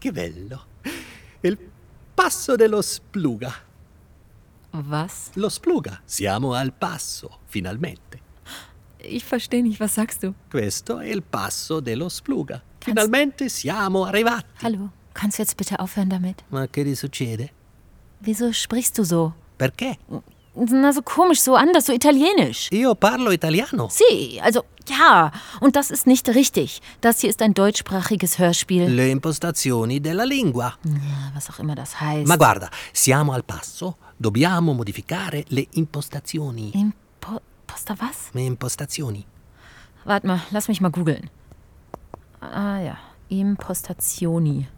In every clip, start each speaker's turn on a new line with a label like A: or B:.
A: Che bello. Il passo dello spluga.
B: Was?
A: Lo spluga. Siamo al passo, finalmente.
B: Ich verstehe nicht, was sagst du?
A: Questo è il passo dello spluga. Finalmente siamo arrivati.
B: Hallo, kannst du jetzt bitte aufhören damit?
A: Ma che ti succede?
B: Wieso sprichst du so?
A: Perché?
B: Na, so komisch, so anders, so italienisch.
A: Io parlo italiano.
B: Sie, also ja, und das ist nicht richtig. Das hier ist ein deutschsprachiges Hörspiel.
A: Le impostazioni della lingua.
B: Ja, was auch immer das heißt.
A: Ma guarda, siamo al passo. Dobbiamo modificare le impostazioni.
B: Impo Poster was?
A: Le impostazioni.
B: Warte mal, lass mich mal googeln. Ah ja, Impostationi.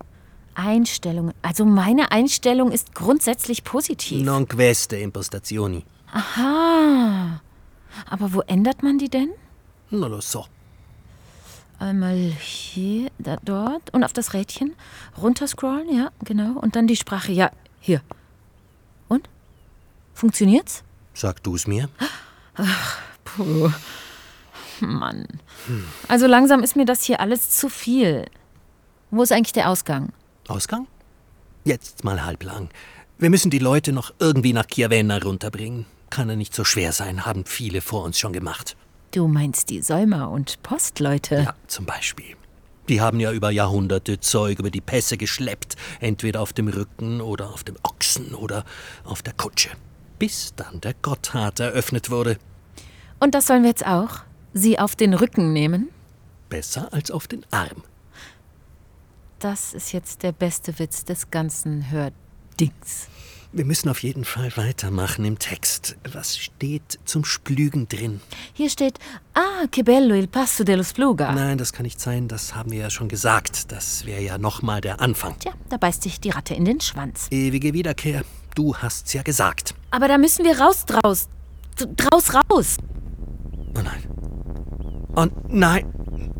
B: Einstellungen. Also meine Einstellung ist grundsätzlich positiv.
A: Non queste impostazioni.
B: Aha. Aber wo ändert man die denn?
A: Non lo so.
B: Einmal hier, da, dort und auf das Rädchen. Runterscrollen, ja, genau. Und dann die Sprache, ja, hier. Und? Funktioniert's?
A: Sag du's mir.
B: Puh. Mann. Also langsam ist mir das hier alles zu viel. Wo ist eigentlich der Ausgang?
A: Ausgang? Jetzt mal halblang. Wir müssen die Leute noch irgendwie nach Chiavenna runterbringen. Kann ja nicht so schwer sein, haben viele vor uns schon gemacht.
B: Du meinst die Säumer und Postleute.
A: Ja, zum Beispiel. Die haben ja über Jahrhunderte Zeug über die Pässe geschleppt, entweder auf dem Rücken oder auf dem Ochsen oder auf der Kutsche. Bis dann der Gotthard eröffnet wurde.
B: Und das sollen wir jetzt auch? Sie auf den Rücken nehmen?
A: Besser als auf den Arm.
B: Das ist jetzt der beste Witz des ganzen Hördings.
A: Wir müssen auf jeden Fall weitermachen im Text. Was steht zum Splügen drin?
B: Hier steht, ah, che bello il passo dello spluga.
A: Nein, das kann nicht sein, das haben wir ja schon gesagt. Das wäre ja nochmal der Anfang.
B: Tja, da beißt sich die Ratte in den Schwanz.
A: Ewige Wiederkehr. Du hast's ja gesagt.
B: Aber da müssen wir raus draus. D- Draus raus.
A: Oh nein. Oh nein.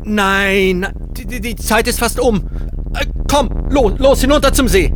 A: Nein. nein. Die, die, die Zeit ist fast um. Äh, komm, Lohn, los hinunter zum See.